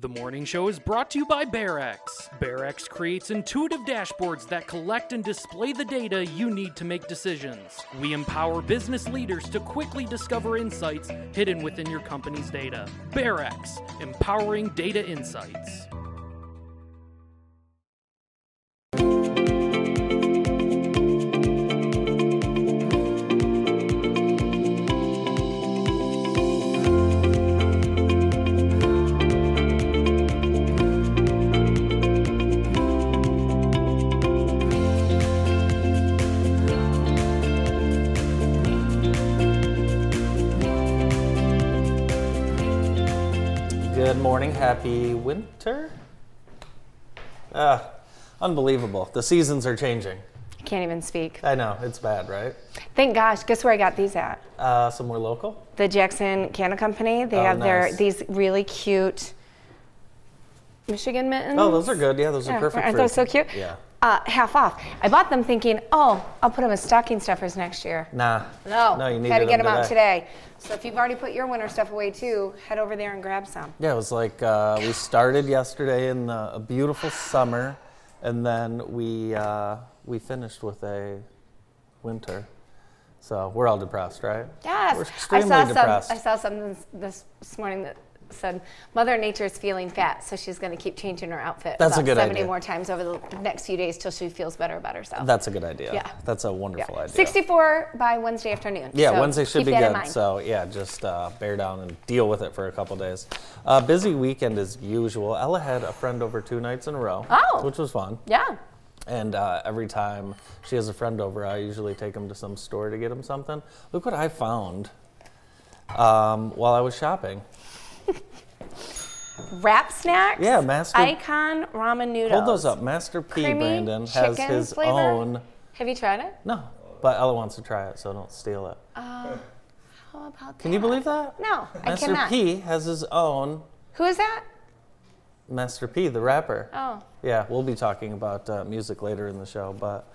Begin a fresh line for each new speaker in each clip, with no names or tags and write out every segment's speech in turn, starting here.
The morning show is brought to you by BearX. BearX creates intuitive dashboards that collect and display the data you need to make decisions. We empower business leaders to quickly discover insights hidden within your company's data. BearX, empowering data insights.
Good morning. Happy winter. Ah, unbelievable. The seasons are changing.
Can't even speak.
I know. It's bad, right?
Thank gosh. Guess where I got these at?
Uh, somewhere local?
The Jackson Candle Company. They
Oh,
have their
nice.
these really cute Michigan mittens.
Oh, those are good. Yeah, those are
Yeah,
perfect.
Aren't
for-
those so cute?
Yeah.
Uh, half off. I bought them thinking, oh, I'll put them as stocking stuffers next year.
Nah.
No,
No, you need
had to get them out today. So if you've already put your winter stuff away too, head over there and grab some.
Yeah, it was like uh, we started yesterday in the, a beautiful summer, and then we uh, we finished with a winter. So we're all depressed, right?
Yes,
We're
I
extremely
saw
depressed.
some. I saw something this- this, this morning that said Mother Nature's feeling fat, so she's going to keep changing her outfit.
That's a
about
good
Seventy
idea.
more times over the next few days till she feels better about herself.
That's a good idea.
Yeah.
That's a wonderful
Yeah.
idea.
64 by Wednesday afternoon.
Yeah,
so
Wednesday should
keep
be
that in
good.
mind.
So yeah, just uh, bear down and deal with it for a couple days. Uh, busy weekend as usual. Ella had a friend over two nights in a row,
Oh.
which was fun.
yeah.
And uh, every time she has a friend over, I usually take him to some store to get him something. Look what I found um, while I was shopping.
Wrap snacks.
Yeah, Master-
Icon ramen noodles.
Hold those up. Master P.
Creamy
Brandon has
chicken
his
flavor?
own.
Have you tried it?
No, but Ella wants to try it, so don't steal it.
Uh, How about
Can you
that?
believe that?
No, I
Master
cannot.
P has his own
Who is that?
Master P, the rapper.
Oh,
Yeah, we'll be talking about uh, music later in the show, but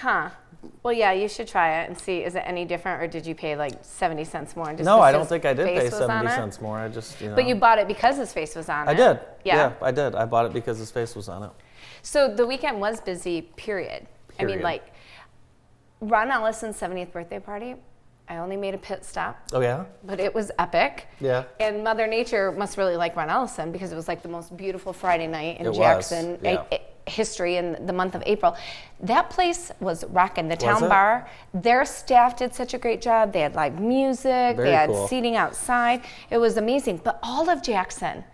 huh. Well, yeah, you should try it and see. Is it any different, or did you pay like 70 cents more? Just
no,
'cause
I don't
his
think I did
face
pay
was on
70
it?
cents more. I just, you know.
But you bought it because his face was on it.
I did.
Yeah.
I did. I bought it because his face was on it.
So the weekend was busy, period. I mean,
Period.
like, Ron Ellison's 70th birthday party, I only made a pit stop,
Oh, yeah?
but it was epic.
Yeah.
And Mother Nature must really like Ron Ellison because it was like the most beautiful Friday night in
It was,
Jackson eh,
yeah.
eh, history in the month of April. That place was rocking. The town
it?
bar, their staff did such a great job. They had live music,
Very
they had
cool.
seating outside. It was amazing. But all of Jackson,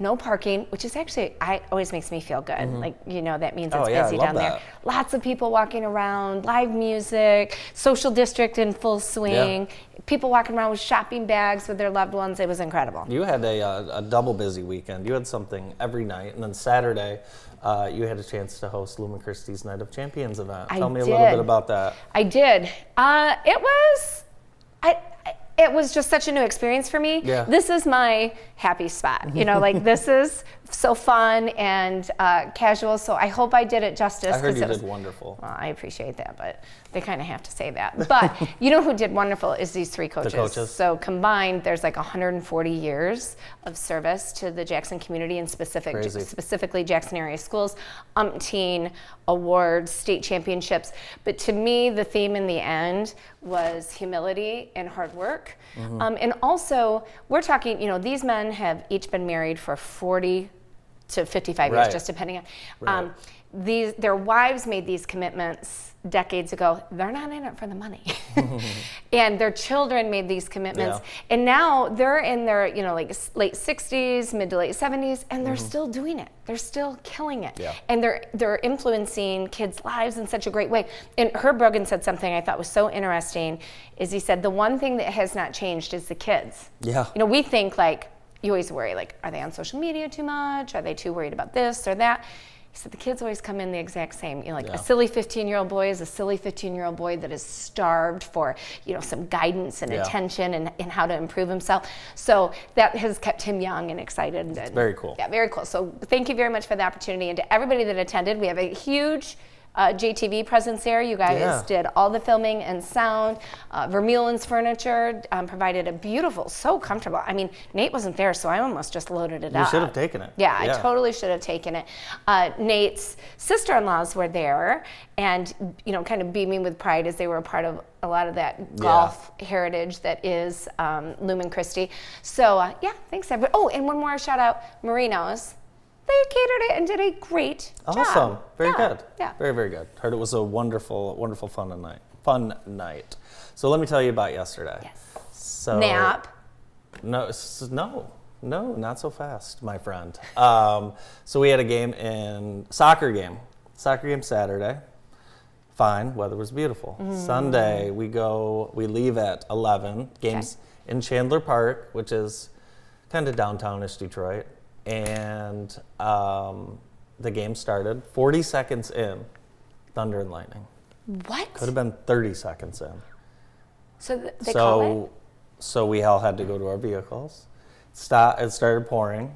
no parking, which is actually I always makes me feel good. Like you know that means
Mm-hmm. Oh,
it's
yeah, I
busy
love
down
that.
there. Lots of people walking around, live music, social district in full swing. People walking around with shopping bags with their loved ones. It was incredible.
You had a, uh, a double busy weekend. You had something every night, and then Saturday, uh, you had a chance to host Lumen Christie's Night of Champions event.
I
Tell me a little
did.
bit about that.
I did. Uh, it was, I, I- it was just such a new experience for me.
Yeah.
This is my happy spot. You know, like this is so fun and uh, casual. So I hope I did it justice.
I heard
'cause
you
it was-
did wonderful.
Well, I appreciate that, but they kind of have to say that. But you know who did wonderful is these three coaches.
coaches.
So combined, there's like 140 years of service to the Jackson community and specific,
Crazy.
specifically Jackson area schools, umpteen awards, state championships. But to me, the theme in the end was humility and hard work.
Mm-hmm.
Um, and also, we're talking, you know, these men have each been married for 40 to 55
Right.
years, just depending on. Um, these, their wives made these commitments decades ago. They're not in it for the money, and their children made these commitments,
Yeah.
and now they're in their you know like s- late 60s, mid to late 70s, and they're still doing it. They're still killing it,
Mm-hmm. Yeah.
and they're they're influencing kids' lives in such a great way. And Herb Brogan said something I thought was so interesting, is he said the one thing that has not changed is the kids.
Yeah.
You know, we think like you always worry like, are they on social media too much? Are they too worried about this or that? He said the kids always come in the exact same. You know, like
Yeah.
a silly 15-year-old boy is a silly 15-year-old boy that is starved for you know some guidance and
Yeah.
attention and, and how to improve himself. So that has kept him young and excited. and-
very cool.
Yeah, very cool. So thank you very much for the opportunity and to everybody that attended. We have a huge uh, JTV presence there. You guys
Yeah.
did all the filming and sound. Uh, Vermeulen's furniture um, provided a beautiful, so comfortable. I mean, Nate wasn't there, so I almost just loaded it
You
up.
should have taken it.
Yeah, I
Yeah.
totally should have taken it. Uh, Nate's sister-in-laws were there, and you know, kind of beaming with pride as they were a part of a lot of that golf heritage that is um, Lumen Christi. So uh, yeah, thanks everybody. Oh, and one more shout out, Marino's. They catered it and did a great job.
Awesome. Very
Yeah,
good.
Yeah.
Very, very good. Heard it was a wonderful, wonderful fun and night. Fun night. So let me tell you about yesterday. Yes. So
Nap.
No, s- no, no, not so fast, my friend. Um, so we had a game in soccer game, soccer game Saturday. Fine, weather was beautiful. Sunday we go, we leave at eleven. Games in Chandler Park, which is kind of downtownish Detroit, and um, the game started. Forty seconds in, thunder and lightning. Could
What?
have been thirty seconds in
So th- they
so,
call it.
so we all had to go to our vehicles. Stop. It started pouring,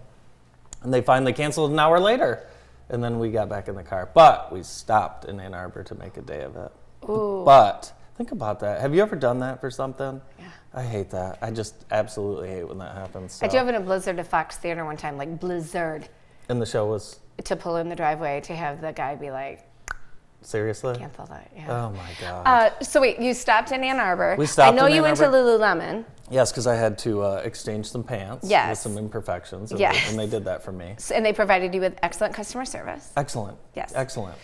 and they finally canceled an hour later. And then we got back in the car, but we stopped in Ann Arbor to make a day of it. But think about that. Have you ever done that for something? Yeah. I hate that. I just absolutely hate when that happens.
I
so-
drove in a blizzard to Fox Theater one time, like blizzard,
and the show was
to pull in the driveway to have the guy be like,
seriously.
cancel that. Yeah.
Oh my god.
Uh, so wait, you stopped in Ann Arbor.
We stopped
I know
in
you
Ann
went to
Arbor.
Lululemon.
yes, because I had to uh, exchange some pants with
Yes.
some imperfections, and,
Yes.
and they did that for me.
s- and they provided you with excellent customer service.
Excellent.
Yes.
Excellent.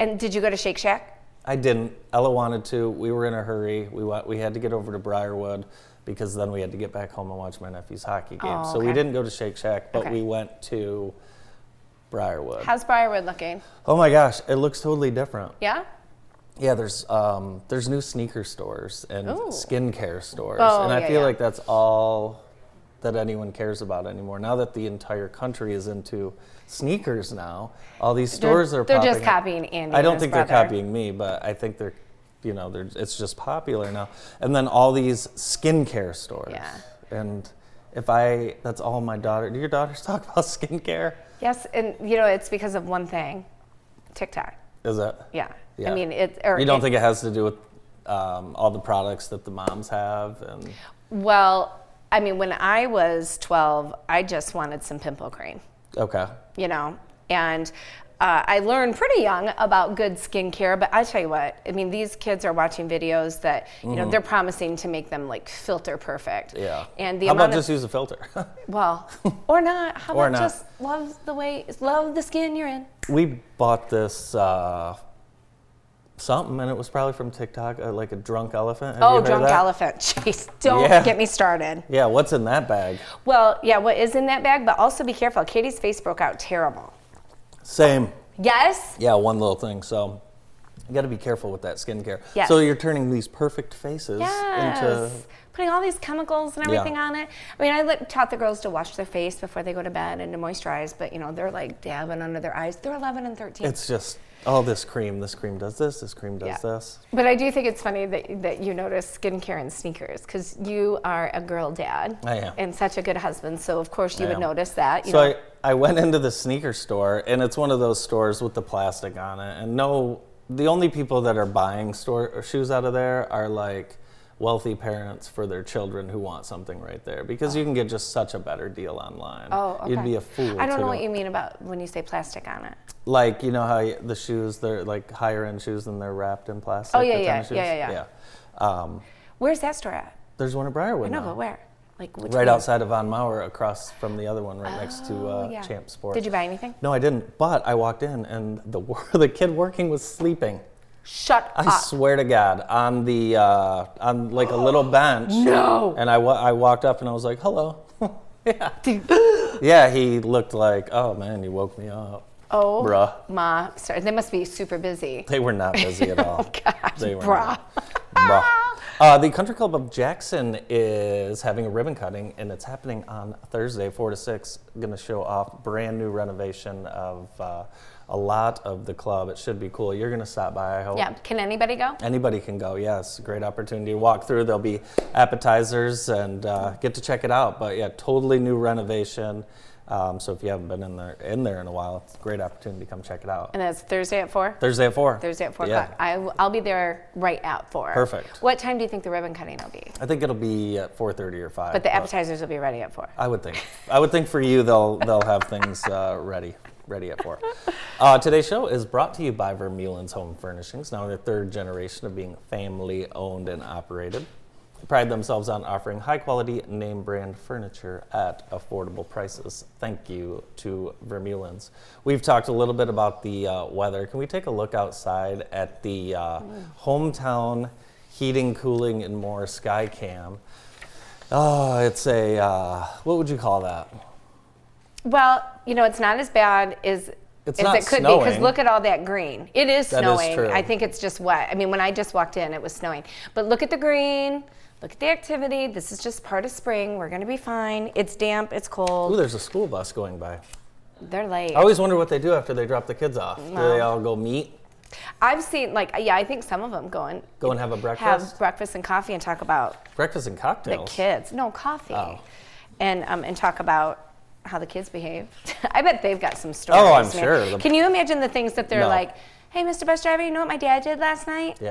And did you go to Shake Shack?
I didn't. Ella wanted to. We were in a hurry. We went, we had to get over to Briarwood because then we had to get back home and watch my nephew's hockey game.
Oh,
So we
okay.
didn't go to Shake Shack, but
Okay.
we went to Briarwood.
How's Briarwood looking?
oh my gosh, it looks totally different.
Yeah?
Yeah, there's um, there's new sneaker stores and skincare stores,
Oh,
and I
yeah,
feel
yeah.
like that's all that anyone cares about anymore. Now that the entire country is into sneakers now, all these stores
They're-
are
they're
popping
just
up.
copying Andy
I
and
don't
his
think they're
brother.
copying me, but I think they're, you know, they're it's just popular now. And then all these skincare stores.
Yeah.
And if I, that's all my daughter. Do your daughters talk about skincare?
Yes, and you know, it's because of one thing TikTok.
Is it?
Yeah.
Yeah.
I mean, it, or
You don't
it-
think it has to do with um, all the products that the moms have and.
Well, I mean, when I was 12, I just wanted some pimple cream.
Okay.
you know. And uh, I learned pretty young about good skincare, but I tell you what, I mean, these kids are watching videos that you know they're promising to make them like filter perfect.
Mm-hmm. Yeah.
And the
How
amount
about
of
just use a filter?
well, or not. How
Or
about
not.
just love the way, love the skin you're in.
we bought this uh, something, and it was probably from TikTok, uh, like a drunk elephant. Have you
Oh,
heard of
drunk
that?
elephant. Jeez, don't
Yeah.
get me started.
Yeah. What's in that bag?
Well, yeah, what is in that bag? But also be careful. Katie's face broke out terrible.
Same.
Yes.
Yeah. One little thing. So. You got to be careful with that skincare.
Yes.
So you're turning these perfect faces into.
Yes. Putting all these chemicals and
Yeah.
everything on it. I mean, I like, taught the girls to wash their face before they go to bed and to moisturize, but you know, they're like dabbing under their eyes. They're 11 and 13.
It's just oh, this cream. This cream does this. This cream does
Yeah.
this.
but I do think it's funny that, that you notice skincare and sneakers because you are a girl dad
I am.
and such a good husband. So, of course, you
I
would
am.
notice that. You
so
know?
I, I went into the sneaker store, and it's one of those stores with the plastic on it. And no, the only people that are buying store or shoes out of there are like wealthy parents for their children who want something right there because you can get just such a better deal online.
Oh, okay.
You'd be a fool.
I don't
to
know
go-
what you mean about when you say plastic on it.
Like, you know how y- the shoes, they're like higher end shoes and they're wrapped in plastic.
Oh, yeah,
the
yeah,
tennis shoes?
yeah, yeah, yeah.
Yeah. Um,
Where's that store at?
there's one at Briarwood.
No,
now.
but where? Like which
Right
one? Oh,
outside of Von Mauer, across from the other one, right next to uh,
yeah.
Champ Sport.
Did you buy anything?
No, I didn't. But I walked in, and the wor- the kid working was sleeping.
Shut
I
up.
swear to God, on the uh, on like a little bench. No. And I wa- I walked up and I was like, "Hello." yeah. yeah. He looked like, "Oh man, you woke me up."
oh,
Bruh.
ma, sorry. They must be super busy.
They were not busy at all.
God,
They were
Oh, bruh.
not. Bruh. Uh, the Country Club of Jackson is having a ribbon cutting, and it's happening on Thursday, 4 to 6. Going to show off brand new renovation of uh, a lot of the club. It should be cool. You're going to stop by, I hope.
Yeah, can anybody go?
Anybody can go, yes. Great opportunity to walk through. There'll be appetizers and uh, get to check it out. But yeah, totally new renovation. Um, so if you haven't been in there in there in a while, it's a great opportunity to come check it out.
And that's Thursday at four?
Thursday at four.
Thursday at four
Yeah.
o'clock. I, will be there right at four.
Perfect.
What time do you think the ribbon cutting will be?
I think it'll be at four thirty or five.
But the appetizers will be ready at four.
I would think. I would think for you, they'll they'll have things uh, ready, ready at four. Uh, today's show is brought to you by Vermeulen's Home Furnishings, now in their third generation of being family owned and operated. They pride themselves on offering high quality name brand furniture at affordable prices. Thank you to Vermeulen's. We've talked a little bit about the uh, weather. Can we take a look outside at the uh, hometown heating, cooling, and more Skycam? Oh, it's a uh, what would you call that?
Well, you know, it's not as bad as
It's
as
not
it could be because
snowing.
look at all that green. It is
That is
snowing.
true.
I think it's just wet. I mean, when I just walked in, it was snowing. But look at the green. Look at the activity. This is just part of spring. We're going to be fine. It's damp. It's cold.
Ooh, there's a school bus going by.
They're late.
I always wonder what they do after they drop the kids off. Do they all go meet,
I've seen like yeah, I think some of them go and
go and have a breakfast,
have breakfast and coffee and talk about
breakfast and
the
cocktails?
kids. No coffee,
Oh.
and um, and talk about how the kids behave. I bet they've got some stories.
Oh, I'm
man.
sure. The-
Can you imagine the things that they're
No.
like? Hey, Mr. Bus Driver, you know what my dad did last night?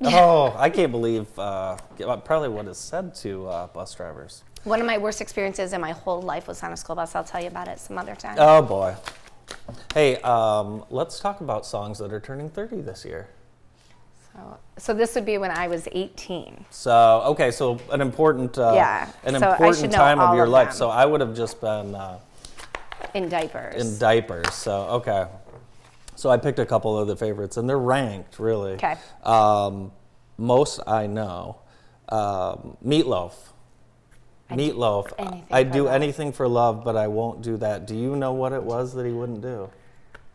Yeah. Oh, I can't believe uh, probably what is said to uh, bus drivers.
One of my worst experiences in my whole life was on a school bus. I'll tell you about it some other time.
Oh boy. Hey, um, let's talk about songs that are turning 30 this year.
So, so this would be when I was 18.
So okay, so an important uh,
Yeah,
an
so I should
important
know
time of
all
your
of
life.
them.
So I would have just been. Uh,
In diapers.
in diapers. So okay, so I picked a couple of the favorites, and they're ranked really.
'Kay.
Um, most I know, um, meatloaf. meatloaf.
anything
I
for
do
love.
anything for love, but I won't do that. Do you know what it was that he wouldn't do?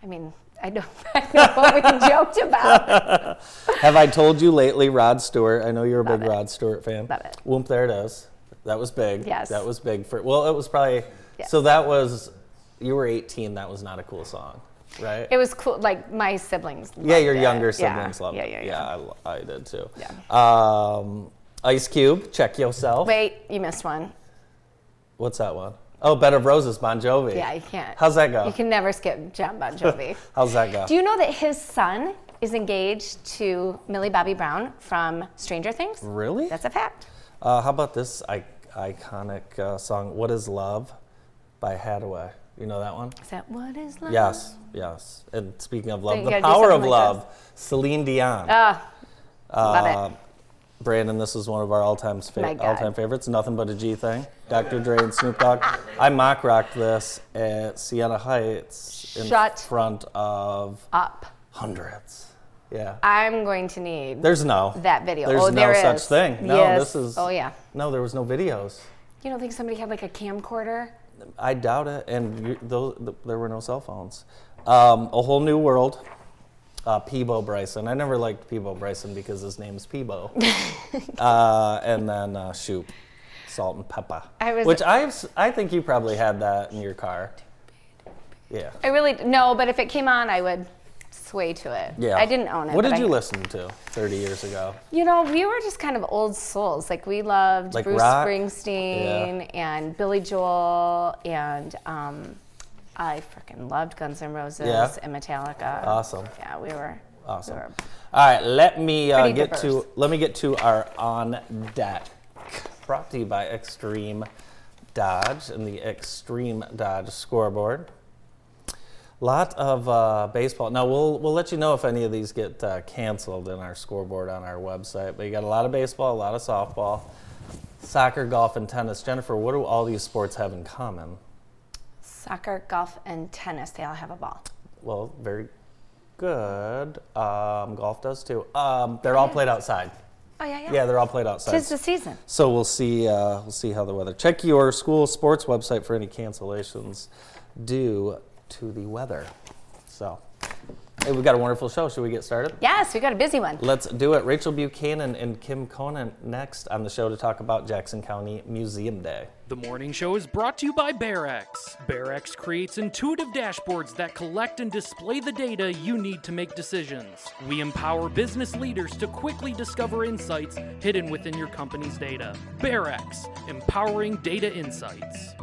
I mean, I don't I know what we joked about.
Have I told you lately, Rod Stewart? I know you're a big Rod Stewart fan.
Love it.
Whoop, there it is. That was big.
Yes.
That was big for. Well, it was probably.
Yeah.
So that was. You were 18. That was not a cool song, right?
It was cool. Like my siblings.
Yeah,
loved
your
it.
younger
Yeah,
siblings love
yeah,
it.
Yeah, yeah,
yeah. I lo- I, did too.
Yeah.
Um, Ice Cube, check yourself.
Wait, you missed one.
What's that one? Oh, Bed of Roses, Bon Jovi.
Yeah, you can't.
How's that go?
You can never skip John Bon Jovi.
How's that go?
Do you know that his son is engaged to Millie Bobby Brown from Stranger Things?
really?
That's a fact.
Uh, how about this I- iconic uh, song, "What Is Love" by Hadaway? You know that one?
Is that what is love?
Yes, yes. And speaking of
So
love,
you
the
gotta do
power of
something like
love, Celine Dion.
Ah, love it.
Um, Brandon, this is one of our all-time
My
fa-
God.
all-time favorites. Nothing but a G thing. Dr. Dre and Snoop Dogg. I mock rocked this at Siena Heights in
Shut
front of
Up.
hundreds. Yeah.
I'm going to need
There's no
that video.
There's
oh,
no
there is.
such thing. No,
Yes.
this is.
Oh yeah.
No, there was no videos.
You don't think somebody had like a camcorder?
I doubt it. And you, those, th- there were no cell phones. Um, a whole new world. Uh, Peebo Bryson. I never liked Peebo Bryson because his name's Peebo. uh, and then uh, Shoop, Salt and Pepper.
I was-
Which I have, s- I think you probably had that in your car. Yeah.
I really no, but if it came on, I would sway to it.
Yeah.
I didn't own it.
What
but
did
I-
you listen to 30 years ago?
You know, we were just kind of old souls. Like we loved
Like
Bruce
rock?
Springsteen and Billy Joel, and um, I freaking loved Guns N' Roses
Yeah.
and Metallica.
Awesome.
Uh, Yeah, we were. we
Awesome.
were-
All right, let me uh,
Pretty
get to
diverse.
let me get to our on deck. Brought to you by Extreme Dodge and the Extreme Dodge scoreboard. Lot of uh, baseball. Now we'll we'll let you know if any of these get uh, canceled in our scoreboard on our website. But you got a lot of baseball, a lot of softball, soccer, golf, and tennis. Jennifer, what do all these sports have in common?
Soccer, golf, and tennis, they all have a ball.
Well, very good. Um, golf does too. Um, they're all played outside.
Oh, yeah, yeah.
Yeah, they're all played outside.
Tis the season.
So we'll see. Uh, we'll see how the weather. Check your school sports website for any cancellations due to the weather. So, hey, we've got a wonderful show. Should we get started?
Yes, we got a busy one.
Let's do it. Rachel Buchanan and Kim Conan next on the show to talk about Jackson County Museum Day.
The morning show is brought to you by BearX. BearX creates intuitive dashboards that collect and display the data you need to make decisions. We empower business leaders to quickly discover insights hidden within your company's data. BearX, empowering data insights.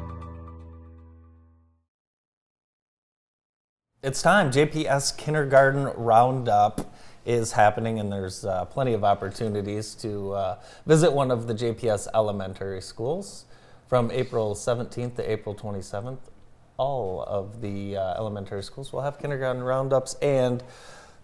It's time. JPS Kindergarten Roundup is happening, and there's uh, plenty of opportunities to uh, visit one of the JPS elementary schools from April 17th to April 27th. All of the uh, elementary schools will have kindergarten roundups, and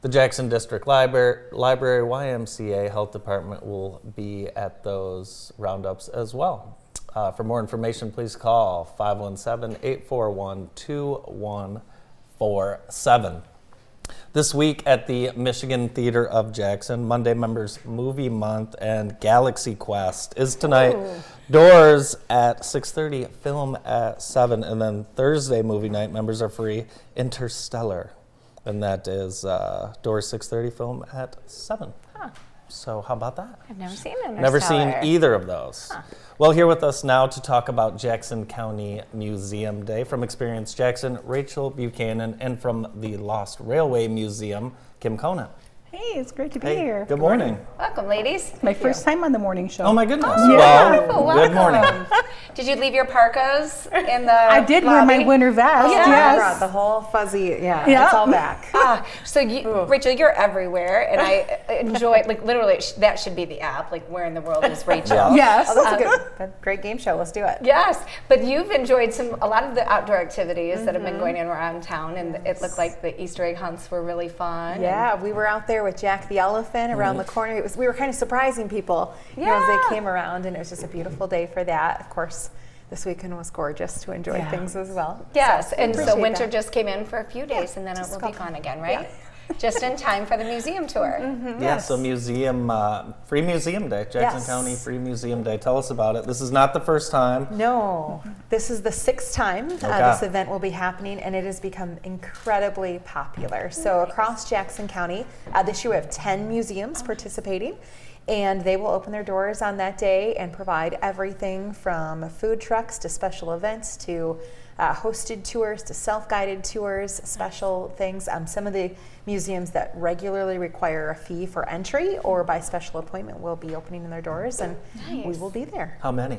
the Jackson District Library, Library YMCA Health Department will be at those roundups as well. Uh, for more information, please call 517 841 2147. This week at the Michigan Theater of Jackson, Monday members Movie Month and Galaxy Quest is tonight. Doors at 6:30, film at 7, and then Thursday movie night members are free. Interstellar, and that is uh, doors 6:30, film at 7. So how about that?
I've never seen Interstellar.
Never seen either of those. Well, here with us now to talk about Jackson County Museum Day from Experience Jackson, Rachel Buchanan, and from the Lost Railway Museum, Kim Conant.
Hey, it's great to be here.
good morning.
Welcome, ladies. Oh,
My first time on the morning show.
Oh my goodness.
Yeah.
Well,
Welcome.
good morning.
Did you leave your parkas in the?
I did wear my
lobby?
winter vest.
Yeah.
Yes.
The whole fuzzy, yeah,
Yeah.
it's all back.
Ah, so you, Rachel, you're everywhere, and I enjoy like literally it sh- that should be the app. Like, where in the world is Rachel? Um,
Yeah.
Yes.
Oh, that's a good, that- great game show. Let's do it.
Yes, but you've enjoyed some a lot of the outdoor activities that have
Mm-hmm.
been going on around town, and it looked like the Easter egg hunts were really fun.
Yeah, we were out there with Jack the elephant around the corner. It was we were kind of surprising people you know, as
Yeah.
they came around, and it was just a beautiful day for that. Of course, this weekend was gorgeous to enjoy things as well.
Yes, and so
appreciate
winter
that.
just came in for a few days, and then it
just
will
a
be
couple.
gone again, right? Just in time for the museum tour.
Mm-hmm.
Yeah, so museum, uh, free museum day, Jackson
Yes.
County Free Museum Day. Tell us about it. This is not the first time.
No, this is the sixth time
Okay.
uh, this event will be happening, and it has become incredibly popular. So, across Jackson County, uh, this year we have 10 museums participating, and they will open their doors on that day and provide everything from food trucks to special events to uh, hosted tours to self guided tours, special things. Um, some of the museums that regularly require a fee for entry or by special appointment will be opening their doors, and we will be there.
How many?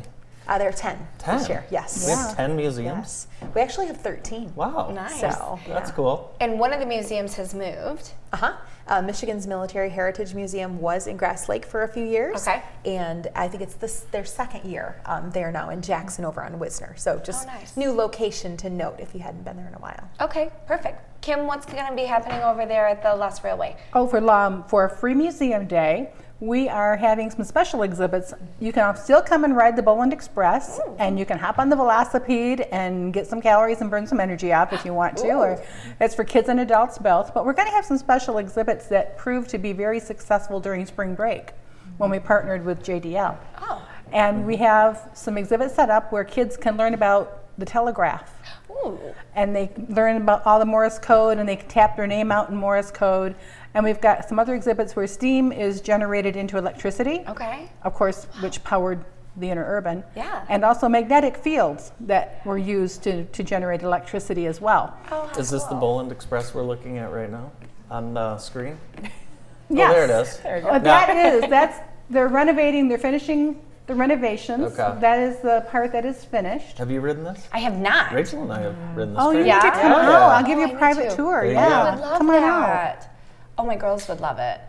Uh, there are 10, this
Ten.
year. Yes.
We have 10 museums.
Yes. We actually have 13.
Wow.
Nice.
So,
That's cool.
And one of the museums has moved.
uh-huh. Uh, Michigan's Military Heritage Museum was in Grass Lake for a few years.
Okay.
And I think it's this their second year. Um, they are now in Jackson over on Wisner. So just
Oh, nice.
new location to note if you hadn't been there in a while.
Okay, perfect. Kim, what's going to be happening over there at the Lost Railway?
Oh, for um, for Free Museum Day, we are having some special exhibits. You can still come and ride the Boland Express, and you can hop on the Velocipede and get some calories and burn some energy off if you want to. Or it's for kids and adults both. But we're going to have some special exhibits that prove to be very successful during spring break when we partnered with JDL.
Oh.
And we have some exhibits set up where kids can learn about the telegraph
Ooh,
and they learn about all the Morse code and they tap their name out in Morse code. And we've got some other exhibits where steam is generated into electricity.
okay.
Of course, which powered the interurban.
Yeah.
And also magnetic fields that were used to, to generate electricity as well.
Oh, how
Is this the
cool.
Boland Express we're looking at right now on the screen?
yes.
Oh, there it is.
Uh, that is, that's, they're renovating, they're finishing the renovations.
Okay.
That is the part that is finished.
Have you ridden this?
I have not. Mm.
Rachel and I have ridden this.
Oh, you
train.
need to
Yeah?
come
Yeah.
out. I'll give
Oh,
you
I
a
need
private
to.
tour.
There you
yeah.
go.
I would love
come on out.
that. Oh, my girls would love it.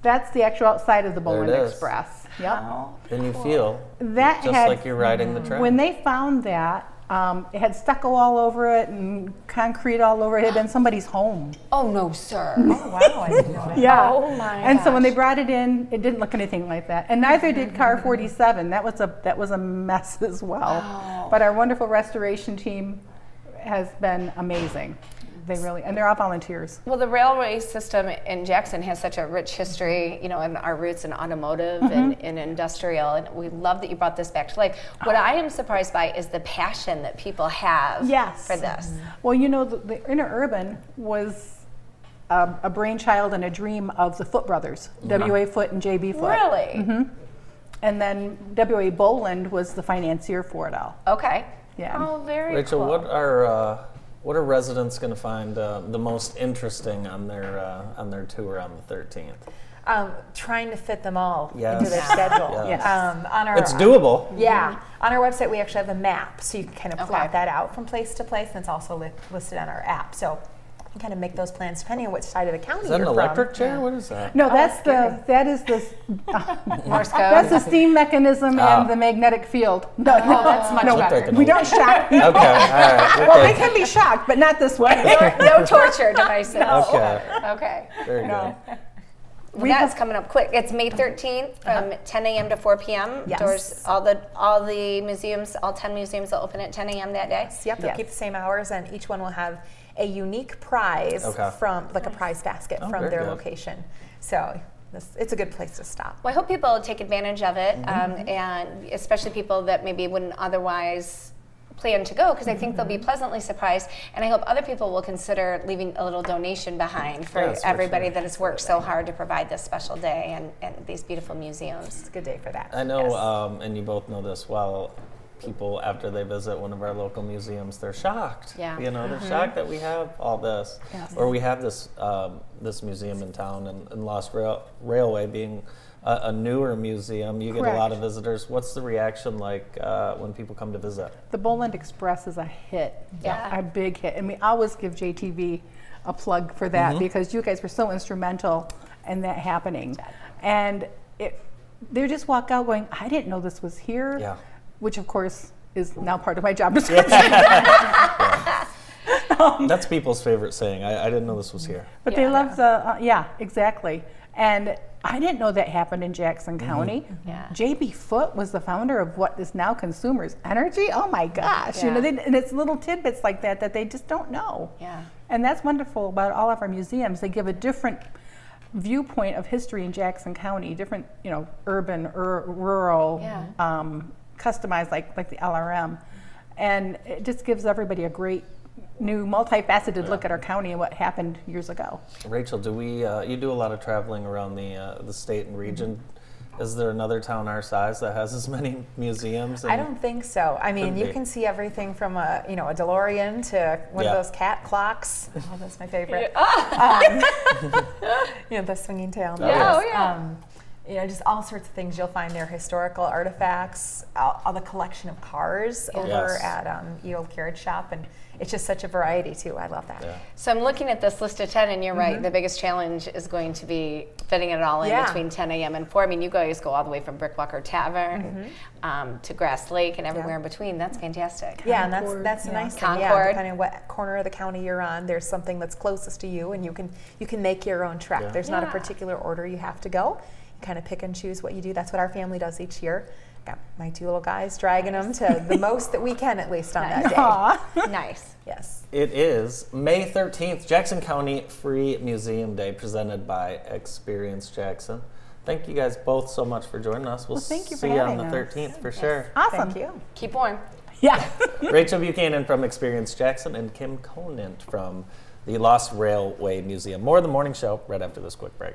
That's the actual outside of the
There it
Boland
is.
Express. Yep.
Then you feel
That
just
had
like you're riding the train.
when they found that um, it had stucco all over it and concrete all over it. It had been somebody's home.
Oh, no, sir.
Oh, wow. I didn't know that.
Yeah.
Oh, my
And so when they
gosh.
brought it in, it didn't look anything like that. And neither did Car 47. That was a that was a mess as well. But our wonderful restoration team has been amazing. They really and they're all volunteers.
Well, the railway system in Jackson has such a rich history, you know, and our roots in automotive and,
Mm-hmm.
and industrial, and we love that you brought this back to life. What I am surprised by is the passion that people have
Yes. Mm-hmm.
for this.
Well, you know, the, the interurban was um, a, a brainchild and a dream of the Foot brothers, W.A. Foot and J.B. Foot.
Really?
Mm-hmm. And then W.A. Boland was the financier for it all.
Okay.
Yeah.
Oh, very
Rachel,
cool.
what are uh, what are residents going to find uh, the most interesting on their uh, on their tour on the 13th?
Um, trying to fit them all
Yes.
into their schedule.
Yes.
Um, on our,
It's doable.
Yeah. On our website, we actually have a map, so you can kind of
Okay.
plot that out from place to place, and it's also li- listed on our app. So and kind of make those plans depending on which side of the county
Is that an
you're
electric
from. Oh,
chair? What is that?
No, that's the that is the
Oh, Morse code. Oh,
that's the steam mechanism
Ah.
and the magnetic field. No, no, that's much no,
better.
We don't shock
Okay, all
people.
right.
Well, they can be shocked, but not this way.
no torture devices.
Okay,
Okay.
very good.
Well, that's coming up quick. It's May 13th from 10 a.m. to 4 p.m.
Uh-huh. Yes.
Doors, all the all the museums, all 10 museums will open at 10 a.m. that day.
Yep, they'll
Yes.
keep the same hours, and each one will have a unique prize
Okay.
from, like a prize basket
Oh,
from
very
their
good.
location. So this, it's a good place to stop.
Well, I hope people take advantage of it,
Mm-hmm.
um, and especially people that maybe wouldn't otherwise plan to go, because I think they'll
Mm-hmm.
be pleasantly surprised. And I hope other people will consider leaving a little donation behind for
Yes, for
everybody
sure.
that has worked so hard to provide this special day and, and these beautiful museums.
It's a good day for that.
I know,
Yes.
um, and you both know this well. People after they visit one of our local museums, they're shocked.
Yeah.
you know, they're
Mm-hmm.
shocked that we have all this, or we have this um, this museum in town and, and Lost Rail- Railway being a, a newer museum. You get a lot
Correct.
of visitors. What's the reaction like uh, when people come to visit?
The Boland Express is a hit.
Yeah.
A big hit. And we always give JTV a plug for that because you guys were so instrumental in that happening. And it, they just walk out going, I didn't know this was here.
Yeah.
Which, of course, is now part of my job description.
Um,
That's people's favorite saying. I, I didn't know this
Mm-hmm.
was here.
But
Yeah.
they love the, uh, yeah, exactly. And I didn't know that happened in Jackson County.
Yeah.
J.B. Foote was the founder of what is now Consumers Energy. Oh my gosh. You know,
Yeah.
they, and it's little tidbits like that that they just don't know.
Yeah.
And that's wonderful about all of our museums. They give a different viewpoint of history in Jackson County, different, you know, urban or rural,
Yeah.
um, customized like, like the LRM. And it just gives everybody a great new multifaceted look at our county and what happened years ago.
Rachel, do we? Uh, you do a lot of traveling around the uh, the state
Mm-hmm.
and region. Is there another town our size that has as many museums? And
I don't think so. I mean,
Could
you
be.
can see everything from a you know a DeLorean to one
Yeah.
of those cat clocks. Oh, that's my favorite. Um, you know, the swinging tail. and
Oh, Yeah,
oh, yeah.
Um, you know, just all sorts of things you'll find there: historical artifacts, all, all the collection of cars over
Yes.
at um, E Old Carriage Shop, and it's just such a variety too. I love that. Mm-hmm.
Yeah.
So I'm looking at this list of 10, and you're right. The biggest challenge is going to be fitting it all in
Yeah.
between 10 a.m. and 4. I mean, you guys go all the way from Brickwalker Tavern um, to Grass Lake and everywhere in between. That's fantastic.
Mm-hmm. Yeah, and that's that's a
yeah.
nice thing. Yeah,
Concord.
depending on what corner of the county you're on, there's something that's closest to you, and you can you can make your own trek. There's not a
Yeah.
particular order you have to go. You kind of pick and choose what you do. That's what our family does each year. Got my two little guys dragging them to the most that we can, at least on that day.
nice.
Yes.
It is May 13th, Jackson County Free Museum Day, presented by Experience Jackson. Thank you guys both so much for joining us. We'll
thank you for
see you on
having
the
us.
13th for sure.
Awesome.
Thank you.
Keep warm.
Yeah.
Rachel Buchanan from Experience Jackson and Kim Conant from the Lost Railway Museum. More of the morning show right after this quick break.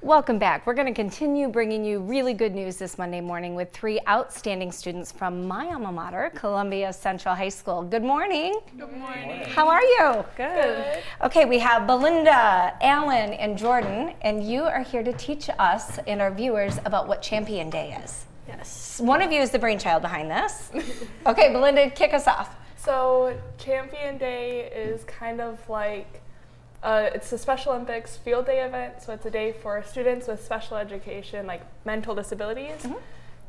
Welcome back. We're going to continue bringing you really good news this Monday morning with three outstanding students from my alma mater, Columbia Central High School. Good morning. Good morning. How are you? Good. Okay, we have Belinda, Alan, and Jordan, and you are here to teach us and our viewers about what Champion Day is.
Yes.
One of you is the brainchild behind this. okay, Belinda, kick us off.
So Champion Day is kind of like uh, it's the Special Olympics field day event. So it's a day for students with special education, like mental disabilities,
Mm-hmm.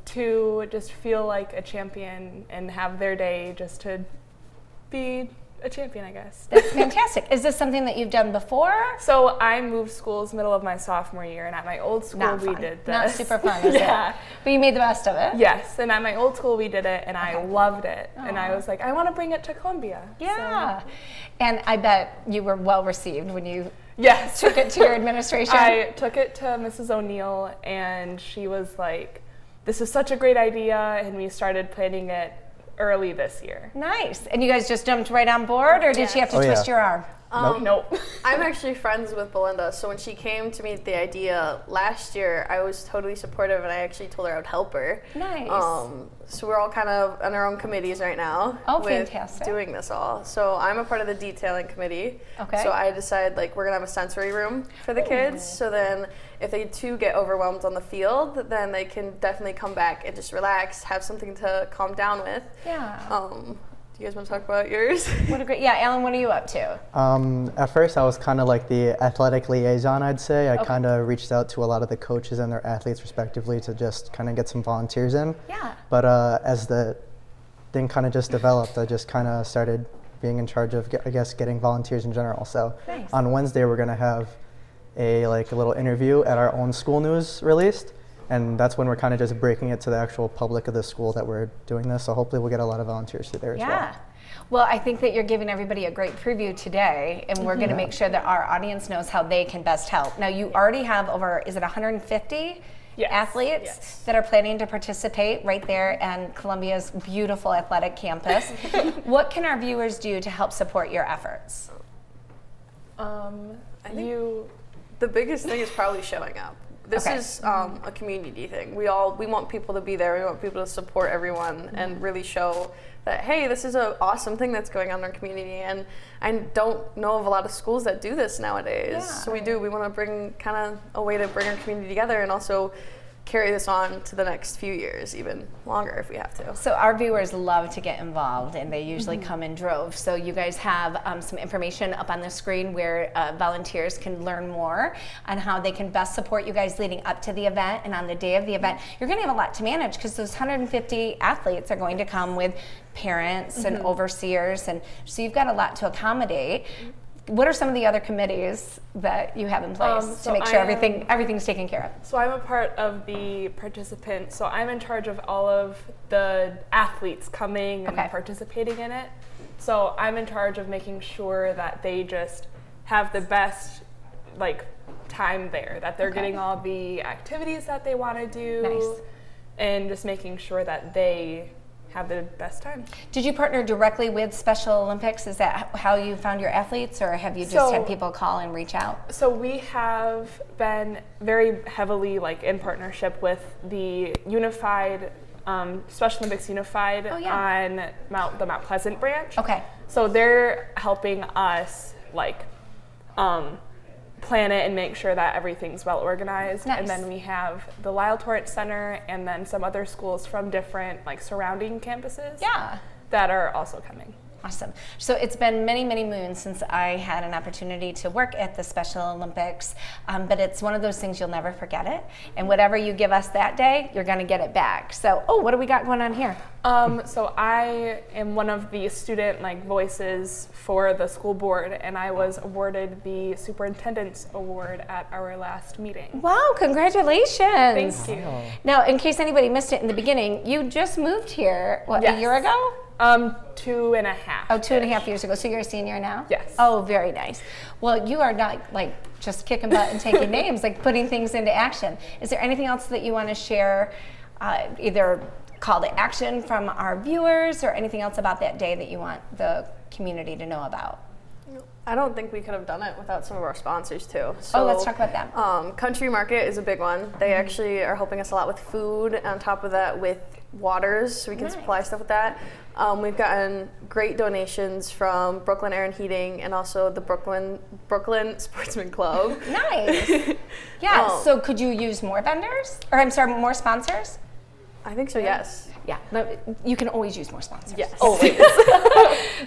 to just feel like a champion and have their day just to be a champion, I guess.
That's fantastic. Is this something that you've done before?
So I moved schools middle of my sophomore year, and at my old school
Not
we
fun.
did this.
Not super fun, is it?
yeah.
But you made the best of it.
Yes, and at my old school we did it, and I loved it. And I was like, I want to bring it to Columbia. So-
Yeah. And I bet you were well received when you
yes.
took it to your administration.
I took it to Mrs. O'Neill, and she was like, "This is such a great idea," and we started planning it early this year.
nice. And you guys just jumped right on board, or did she have to
Oh, yeah.
twist your arm?
Um,
Nope.
I'm actually friends with Belinda, so when she came to me with the idea last year, I was totally supportive, and I actually told her I would help her.
Nice.
Um, so we're all kind of on our own committees right now.
Oh,
with
fantastic.
Doing this all. So I'm a part of the detailing committee.
Okay.
So I decided like we're gonna have a sensory room for the kids. So then if they too get overwhelmed on the field, then they can definitely come back and just relax, have something to calm down with.
Yeah.
Um, do you guys want to talk about yours?
What a great. Yeah, Alan, what are you up to?
Um, at first, I was kind of like the athletic liaison, I'd say. I kind of reached out to a lot of the coaches and their athletes, respectively, to just kind of get some volunteers in.
Yeah.
But uh, as the thing kind of just developed, I just kind of started being in charge of, ge- I guess, getting volunteers in general. So
Nice.
on Wednesday, we're going to have a like a little interview at our own school news released, and that's when we're kind of just breaking it to the actual public of the school that we're doing this. So hopefully, we'll get a lot of volunteers through there as well.
Yeah. Well, I think that you're giving everybody a great preview today, and we're
Mm-hmm.
going to make sure that our audience knows how they can best help. Now, you already have over, is it 150
Yes,
athletes
yes.
that are planning to participate right there in Columbia's beautiful athletic campus? what can our viewers do to help support your efforts?
Um, you
the biggest thing is probably showing up. This
Okay.
is um, a community thing. We all we want people to be there. We want people to support everyone
Mm-hmm.
and really show that hey, this is an awesome thing that's going on in our community. And I don't know of a lot of schools that do this nowadays. so we do. We want to bring kind of a way to bring our community together and also carry this on to the next few years, even longer if we have to.
So our viewers love to get involved, and they usually
Mm-hmm.
come in droves. So you guys have um, some information up on the screen where uh, volunteers can learn more on how they can best support you guys leading up to the event and on the day of the event.
Mm-hmm.
You're going to have a lot to manage because those 150 athletes are going to come with parents
Mm-hmm.
and overseers, and so you've got a lot to accommodate. What are some of the other committees that you have in place
Mm-hmm. Um,
to
so
make sure
I am-
everything everything's taken care of?
So I'm a part of the participant. So I'm in charge of all of the athletes coming
Okay.
and participating in it. So I'm in charge of making sure that they just have the best like time there, that they're getting all the activities that they want to do,
Nice.
and just making sure that they have the best time.
Did you partner directly with Special Olympics? Is that h- how you found your athletes, or have you just
So-
had people call and reach out?
So we have been very heavily like in partnership with the Unified um, Special Olympics Unified
Oh, yeah.
on Mount the Mount Pleasant branch.
Okay.
So they're helping us like um, plan it and make sure that everything's well organized.
Nice.
And then we have the Lyle Torrance Center and then some other schools from different like surrounding campuses.
Yeah.
That are also coming.
Awesome. So it's been many, many moons since I had an opportunity to work at the Special Olympics, um, but it's one of those things you'll never forget it. And whatever you give us that day, you're going to get it back. So, oh, what do we got going on here?
Um, so I am one of the student like voices for the school board, and I was awarded the superintendent's award at our last meeting.
Wow, congratulations. Thank
Thank you.
Now, in case anybody missed it in the beginning, you just moved here, what, a
Yes.
year ago?
Um, two and a half.
Oh, two and a half years ago. So you're a senior now?
Yes.
Oh, very nice. Well, you are not like just kicking butt and taking names, like putting things into action. Is there anything else that you want to share, uh, either call to action from our viewers or anything else about that day that you want the community to know about?
I don't think we could have done it without some of our sponsors too. So,
Oh, let's talk about them.
Um, Country Market is a big one. They
Mm-hmm.
actually are helping us a lot with food. On top of that, with waters, so we can supply stuff with that. Um, we've gotten great donations from Brooklyn Air and Heating and also the Brooklyn Brooklyn Sportsman Club.
Nice. Yeah.
Um,
so could you use more vendors? Or I'm sorry, more sponsors?
I think so. Yes.
Yeah, but you can always use more sponsors.
Yes.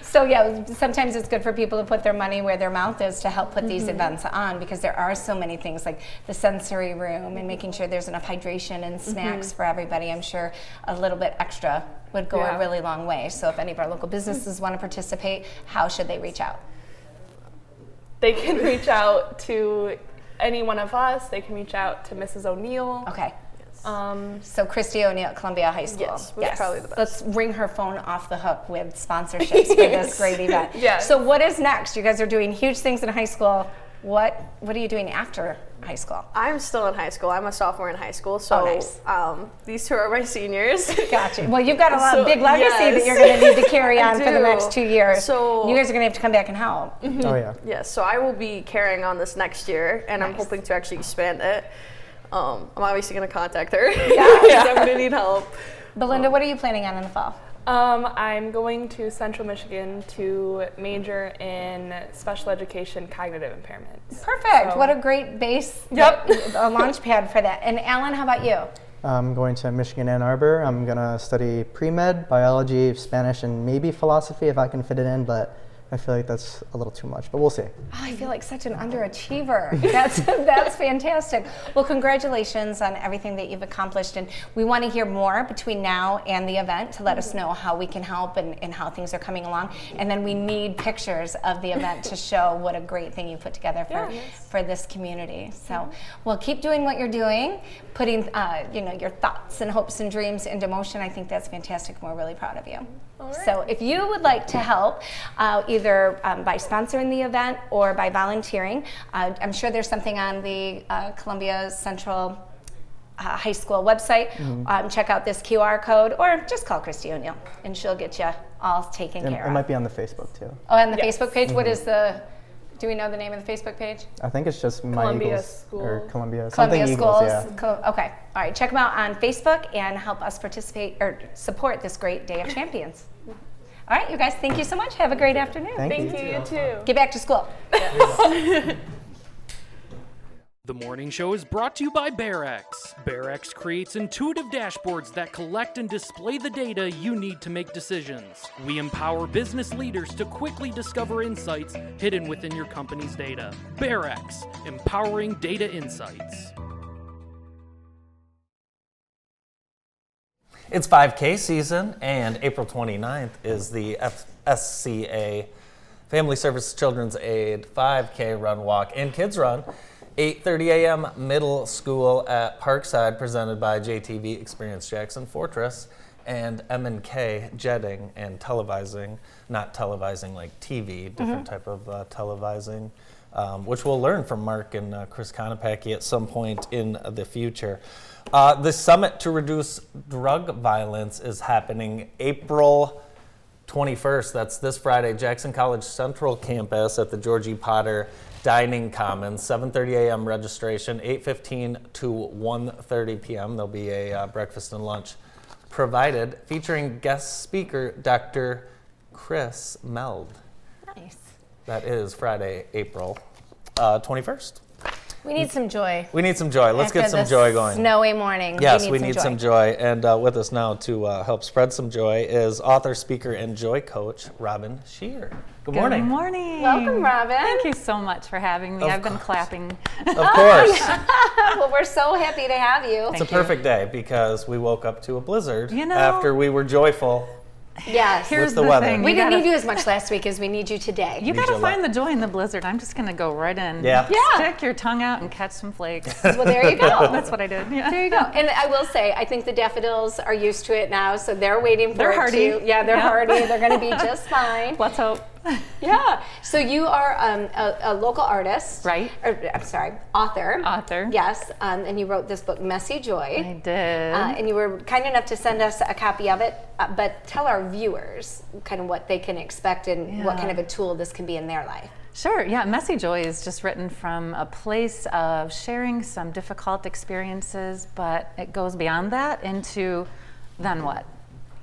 So yeah, sometimes it's good for people to put their money where their mouth is to help put
Mm-hmm.
these events on because there are so many things like the sensory room and making sure there's enough hydration and
Mm-hmm.
snacks for everybody. I'm sure a little bit extra would go a
Yeah.
really long way. So if any of our local
Mm.
businesses want to participate, how should they reach out?
They can reach out to any one of us. They can reach out to Mrs. O'Neill.
Okay.
Um,
So Christy O'Neill at Columbia High School.
Yes, was probably the best.
Let's ring her phone off the hook with sponsorships for this great event.
Yes.
So what is next? You guys are doing huge things in high school. What What are you doing after high school?
I'm still in high school. I'm a sophomore in high school, so
Oh, nice.
um, these two are my seniors.
Gotcha. Well, you've got a lot,
So,
big legacy that you're going
yes.
to need to carry
I
on for the
do.
next two years.
So- Mm-hmm.
you guys are going to have to come back and help.
Oh yeah.
Yes, so I will be carrying on this next year, and I'm hoping to actually expand it. Um, I'm obviously going to contact her because I'm going to need help.
Belinda, what are you planning on in the fall?
Um, I'm going to Central Michigan to major in special education cognitive impairments.
Perfect.
So-
What a great base.
Yep.
A launch pad for that. And Alan, how about you?
I'm going to Michigan Ann Arbor. I'm gonna study pre-med, biology, Spanish, and maybe philosophy if I can fit it in, but I feel like that's a little too much. But we'll see.
Oh, I feel like such an underachiever. That's that's fantastic. Well, congratulations on everything that you've accomplished, and we want to hear more between now and the event to let us know how we can help and, and how things are coming along. And then we need pictures of the event to show what a great thing you put together for for this community. So, well, keep doing what you're doing, putting uh, you know your thoughts and hopes and dreams into motion. I think that's fantastic. and We're really proud of you. So, if you would like to help, uh, either um, by sponsoring the event or by volunteering, uh, I'm sure there's something on the uh, Columbia Central uh, High School website. Um, check out this QR code or just call Christy O'Neill and she'll get you all taken
It,
care
it
of.
might be on the Facebook too.
oh, and the Facebook page, what is the, do we know the name of the Facebook page?
I think it's just my
Columbia
Eagles or
School.
Columbia,
Columbia
something
Schools.
Eagles. Yeah.
Co- okay. All right. Check them out on Facebook and help us participate or support this great Day of Champions. All right, you guys, thank you so much. Have a great afternoon.
Thank, you.
Thank you, you too.
Get back to school.
The morning show is brought to you by BearX. BearX creates intuitive dashboards that collect and display the data you need to make decisions. We empower business leaders to quickly discover insights hidden within your company's data. BearX, empowering data insights.
It's 5K season, and April 29th is the FSCA Family Service Children's Aid 5K Run Walk and Kids Run, 8:30 a.m. Middle School at Parkside, presented by JTV Experience Jackson Fortress and M&K Jetting and Televising, not televising like TV, different type of uh, televising. Um, which we'll learn from Mark and uh, Chris Konopacki at some point in the future. Uh, the summit to reduce drug violence is happening April 21st. That's this Friday, Jackson College Central Campus at the Georgie Potter Dining Commons. 7:30 a.m. registration, 8:15 to 1:30 p.m. There'll be a uh, breakfast and lunch provided, featuring guest speaker Dr. Chris Meld.
Nice.
That is Friday, April uh, 21st.
We need some joy.
We need some joy. Let's get
after
some
this
joy going.
Snowy morning.
Yes, we need some joy. And uh, with us now to uh, help spread some joy is author, speaker, and joy coach Robin Shear. Good morning.
Good morning.
Welcome, Robin. Oh,
Thank you so much for having me.
Of
I've been
course.
clapping.
Of course.
well, we're so happy to have you.
It's a perfect day because we woke up to a blizzard
You know-
after we were joyful.
Yes.
Here's
the
the,
weather?
thing.
we didn't
gotta,
need you as much last week as we need you today.
You
Need you
gotta
a
find
lot.
the joy in the blizzard. I'm just gonna go right in.
Yeah.
Yeah.
Stick your tongue out and catch some flakes.
well, there you go.
That's what I did. Yeah.
There you go. And I will say, I think the daffodils are used to it now, so they're waiting for
They're
it
hardy.
to- Yeah, they're
Yeah.
hardy. They're going to be just fine.
Let's hope.
Yeah. So you are um, a, a local artist,
Right.
Or, I'm sorry, author.
Author.
Yes. Um, and you wrote this book, Messy Joy.
I did.
Uh, and you were kind enough to send us a copy of it, uh, but tell our viewers kind of what they can expect and what
Yeah.
kind of a tool this can be in their life.
Sure, yeah. Messy Joy is just written from a place of sharing some difficult experiences, but it goes beyond that into then what?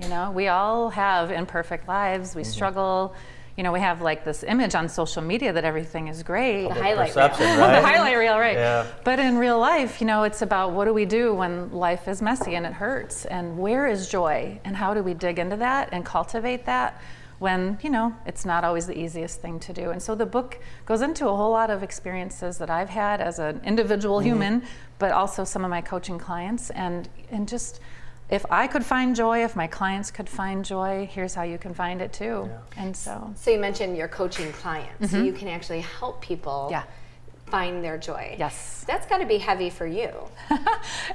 You know, we all have imperfect lives, we
Mm-hmm.
struggle. You know, we have like this image on social media that everything is great.
The highlight reel.
Perception,
Well, the
right?
highlight reel, right?
Yeah.
But in real life, you know, it's about what do we do when life is messy and it hurts, and where is joy, and how do we dig into that and cultivate that when you know it's not always the easiest thing to do. And so the book goes into a whole lot of experiences that I've had as an individual human, but also some of my coaching clients, and and just. If I could find joy, if my clients could find joy, here's how you can find it too. And so, Mm-hmm.
So you mentioned your coaching clients. So you can actually help people
Yeah.
find their joy.
Yes.
That's got to be heavy for you.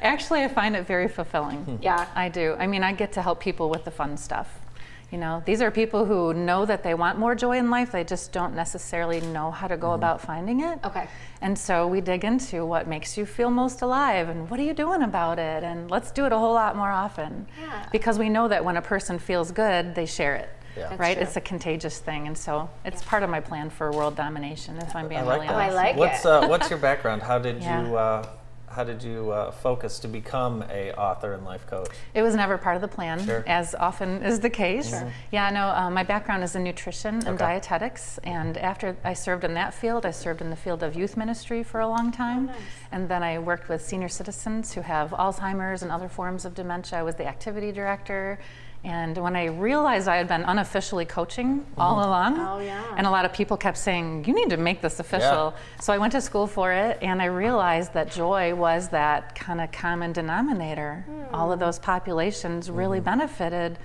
actually, I find it very fulfilling.
Yeah.
Hmm.
I do. I mean, I get to help people with the fun stuff. You know, these are people who know that they want more joy in life, they just don't necessarily know how to
Mm-hmm.
go about finding it.
Okay.
And so we dig into what makes you feel most alive and what are you doing about it? And let's do it a whole lot more often.
Yeah.
Because we know that when a person feels good, they share it.
Yeah. That's
Right?
true.
It's a contagious thing. And so it's part of my plan for world domination, if I'm being
I like
really
that.
Oh, I
honest.
like
what's
it.
Uh, what's your background? How did
Oh, Yeah.
you uh, How did you uh, focus to become a author and life coach?
It was never part of the plan,
Sure.
as often is the case. Yeah, no, uh, my background is in nutrition and dietetics, and after I served in that field, I served in the field of youth ministry for a long time. And then I worked with senior citizens who have Alzheimer's and other forms of dementia. I was the activity director. And when I realized I had been unofficially coaching all along,
Oh, yeah.
and a lot of people kept saying, You need to make this official. So I went to school for it, and I realized that joy was that kind of common denominator.
Hmm.
All of those populations really benefited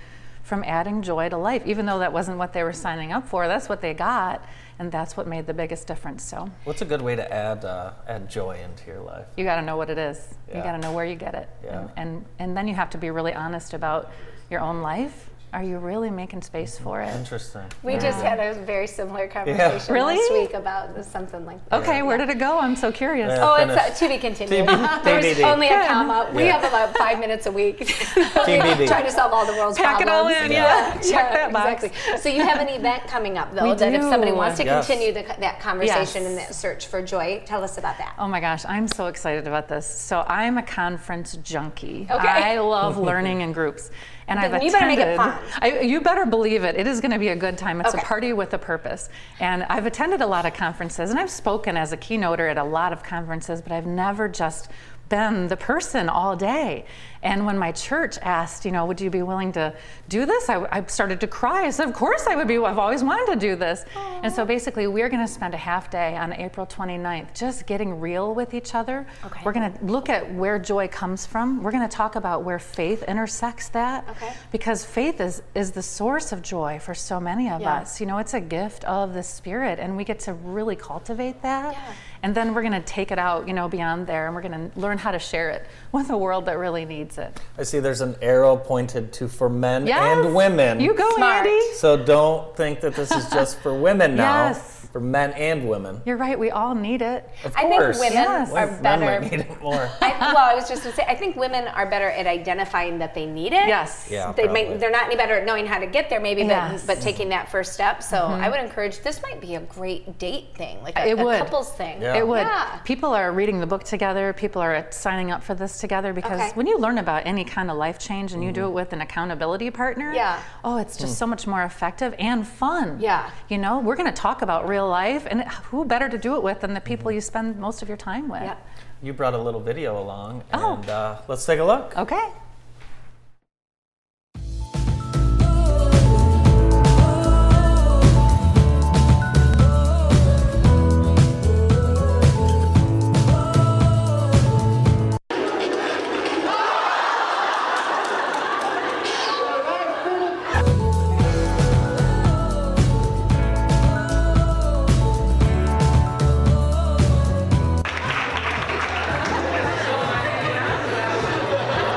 from adding joy to life, even though that wasn't what they were signing up for. That's what they got, and that's what made the biggest difference. So
What's a good way to add uh, add joy into your life?
you got to know what it is.
Yeah.
You got to know where you get it,
Yeah.
and, and and then you have to be really honest about your own life. Are you really making space for it?
Interesting.
We just had a very similar conversation
Really?
last week about something like that.
Okay, where did it go? I'm so curious.
Yeah.
Oh, it's uh,
Finished.
to be continued.
TBD.
There was only a
Good.
comma. We
Yeah.
have about five minutes a week
TBD.
trying to solve all the world's
Pack it all
problems.
in, yeah. Check
yeah,
that box.
Exactly. So you have an event coming up, though,
We
that if somebody
do.
wants to
Yes.
continue the, that conversation
Yes.
and that search for joy, tell us about that.
Oh my gosh, I'm so excited about this. So I'm a conference junkie.
Okay.
I love learning in groups. And I've
Then you better make it
attended,
fun.
I, you better believe it. It is going to be a good time. It's
Okay.
a party with a purpose. And I've attended a lot of conferences and I've spoken as a keynoter at a lot of conferences, but I've never just been the person all day. And when my church asked, you know, would you be willing to do this? I, I started to cry. I said, of course I would be. I've always wanted to do this. And so basically, we're going to spend a half day on April 29th just getting real with each other.
Okay.
We're going to look at where joy comes from. We're going to talk about where faith intersects that.
Okay.
Because faith is, is the source of joy for so many of us. You know, it's a gift of the Spirit, and we get to really cultivate that. And then we're going to take it out, you know, beyond there, and we're going to learn how to share it with a world that really needs it.
I see. There's an arrow pointed to for men
Yes!
and women.
You go,
Smart.
Andy.
So don't think that this is just for women now.
Yes.
For men and women.
You're right. We all need it.
Of
I think
course.
women
Yes.
are
Men might
better.
need it more.
I, well, I was just going to say, I think women are better at identifying that they need it.
Yes.
Yeah,
They
probably.
might, they're not any better at knowing how to get there, maybe,
Yes. Mm-hmm.
but, but taking that first step. So I would encourage this might be a great date thing, like a,
It
a
would.
couples thing.
Yeah.
It would.
Yeah.
People are reading the book together. People are signing up for this together because
Okay.
when you learn about any kind of life change and you
Mm-hmm.
do it with an accountability partner,
Yeah.
oh, it's
Mm.
just so much more effective and fun.
Yeah.
You know, we're going to talk about real life, and who better to do it with than the people
Mm-hmm.
you spend most of your time with?
Yeah.
You brought a little video along,
Oh.
and uh, let's take a look.
Okay.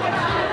Thank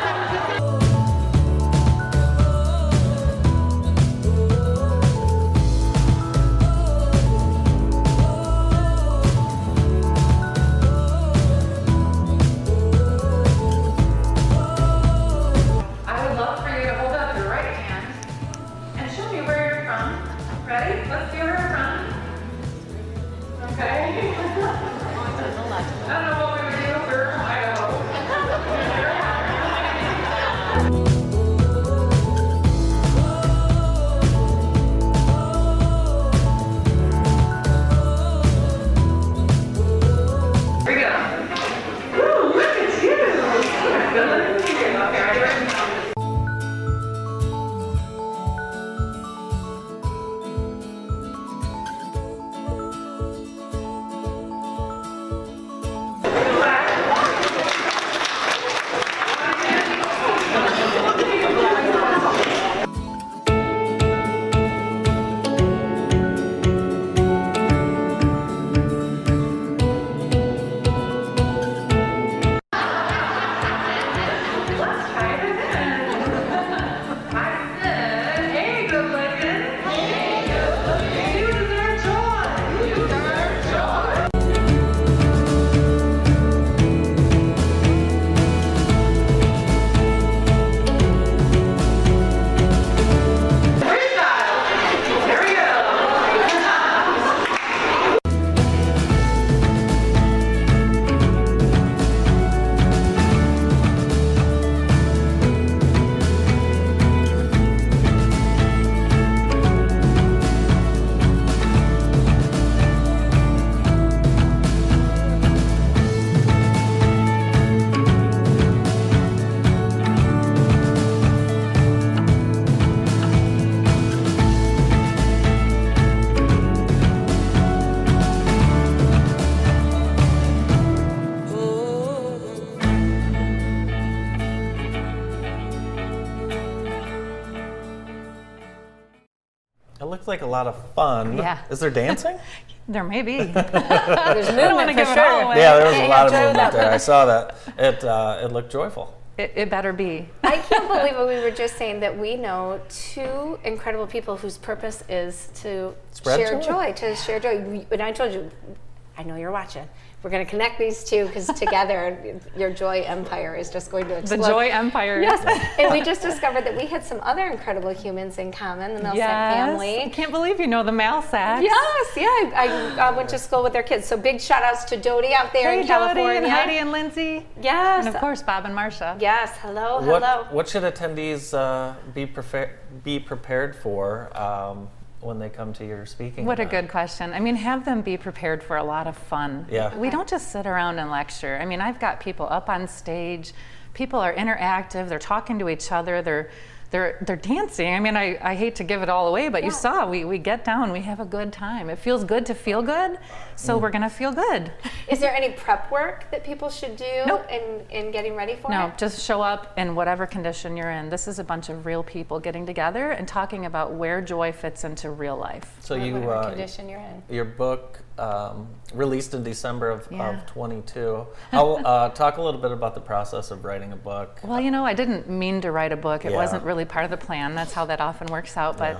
That looked like a lot of fun.
Yeah.
Um, Is there dancing?
There may be.
There's movement
wanna give
for
it all
sure.
away.
yeah, there was a
Yeah,
lot of
yeah,
movement there. I saw that. It uh, it looked joyful.
It, it better be.
I can't believe it. We were just saying that we know two incredible people whose purpose is to
Spread
share
joy.
joy. to share joy. We- And I told you, I know you're watching. We're going to connect these two because together your joy empire is just going to
The
explode.
Joy Empire.
Yes, and we just discovered that we had some other incredible humans in common, the Millsack
I
family.
can't believe you know the Malsacks.
Yes, yeah, I, I uh, went to school with their kids. So big shout outs to Dodie out there
Hey,
in
Jody
California.
and Heidi and Lindsay.
Yes,
And of course, Bob and Marsha.
yes. Hello, Oh, hello.
What what should attendees uh, be prefer- be prepared for um, when they come to your speaking?
What a
event?
good question. I mean, have them be prepared for a lot of fun.
Yeah.
We don't just sit around and lecture. I mean, I've got people up on stage. People are interactive. They're talking to each other. They're they're they're dancing. I mean, I, I hate to give it all away, but you saw we, we get down, we have a good time. It feels good to feel good,
Mm.
so we're gonna feel good.
Is there any prep work that people should do
Nope.
in, in getting ready for
No,
it?
just show up in whatever condition you're in. This is a bunch of real people getting together and talking about where joy fits into real life.
So you
Whatever
uh,
condition you're in.
your book um, released in December of,
Yeah.
of 22. I'll uh, talk a little bit about the process of writing a book.
Well, you know, I didn't mean to write a book. It
Yeah.
wasn't really part of the plan. That's how that often works out. But
Yeah.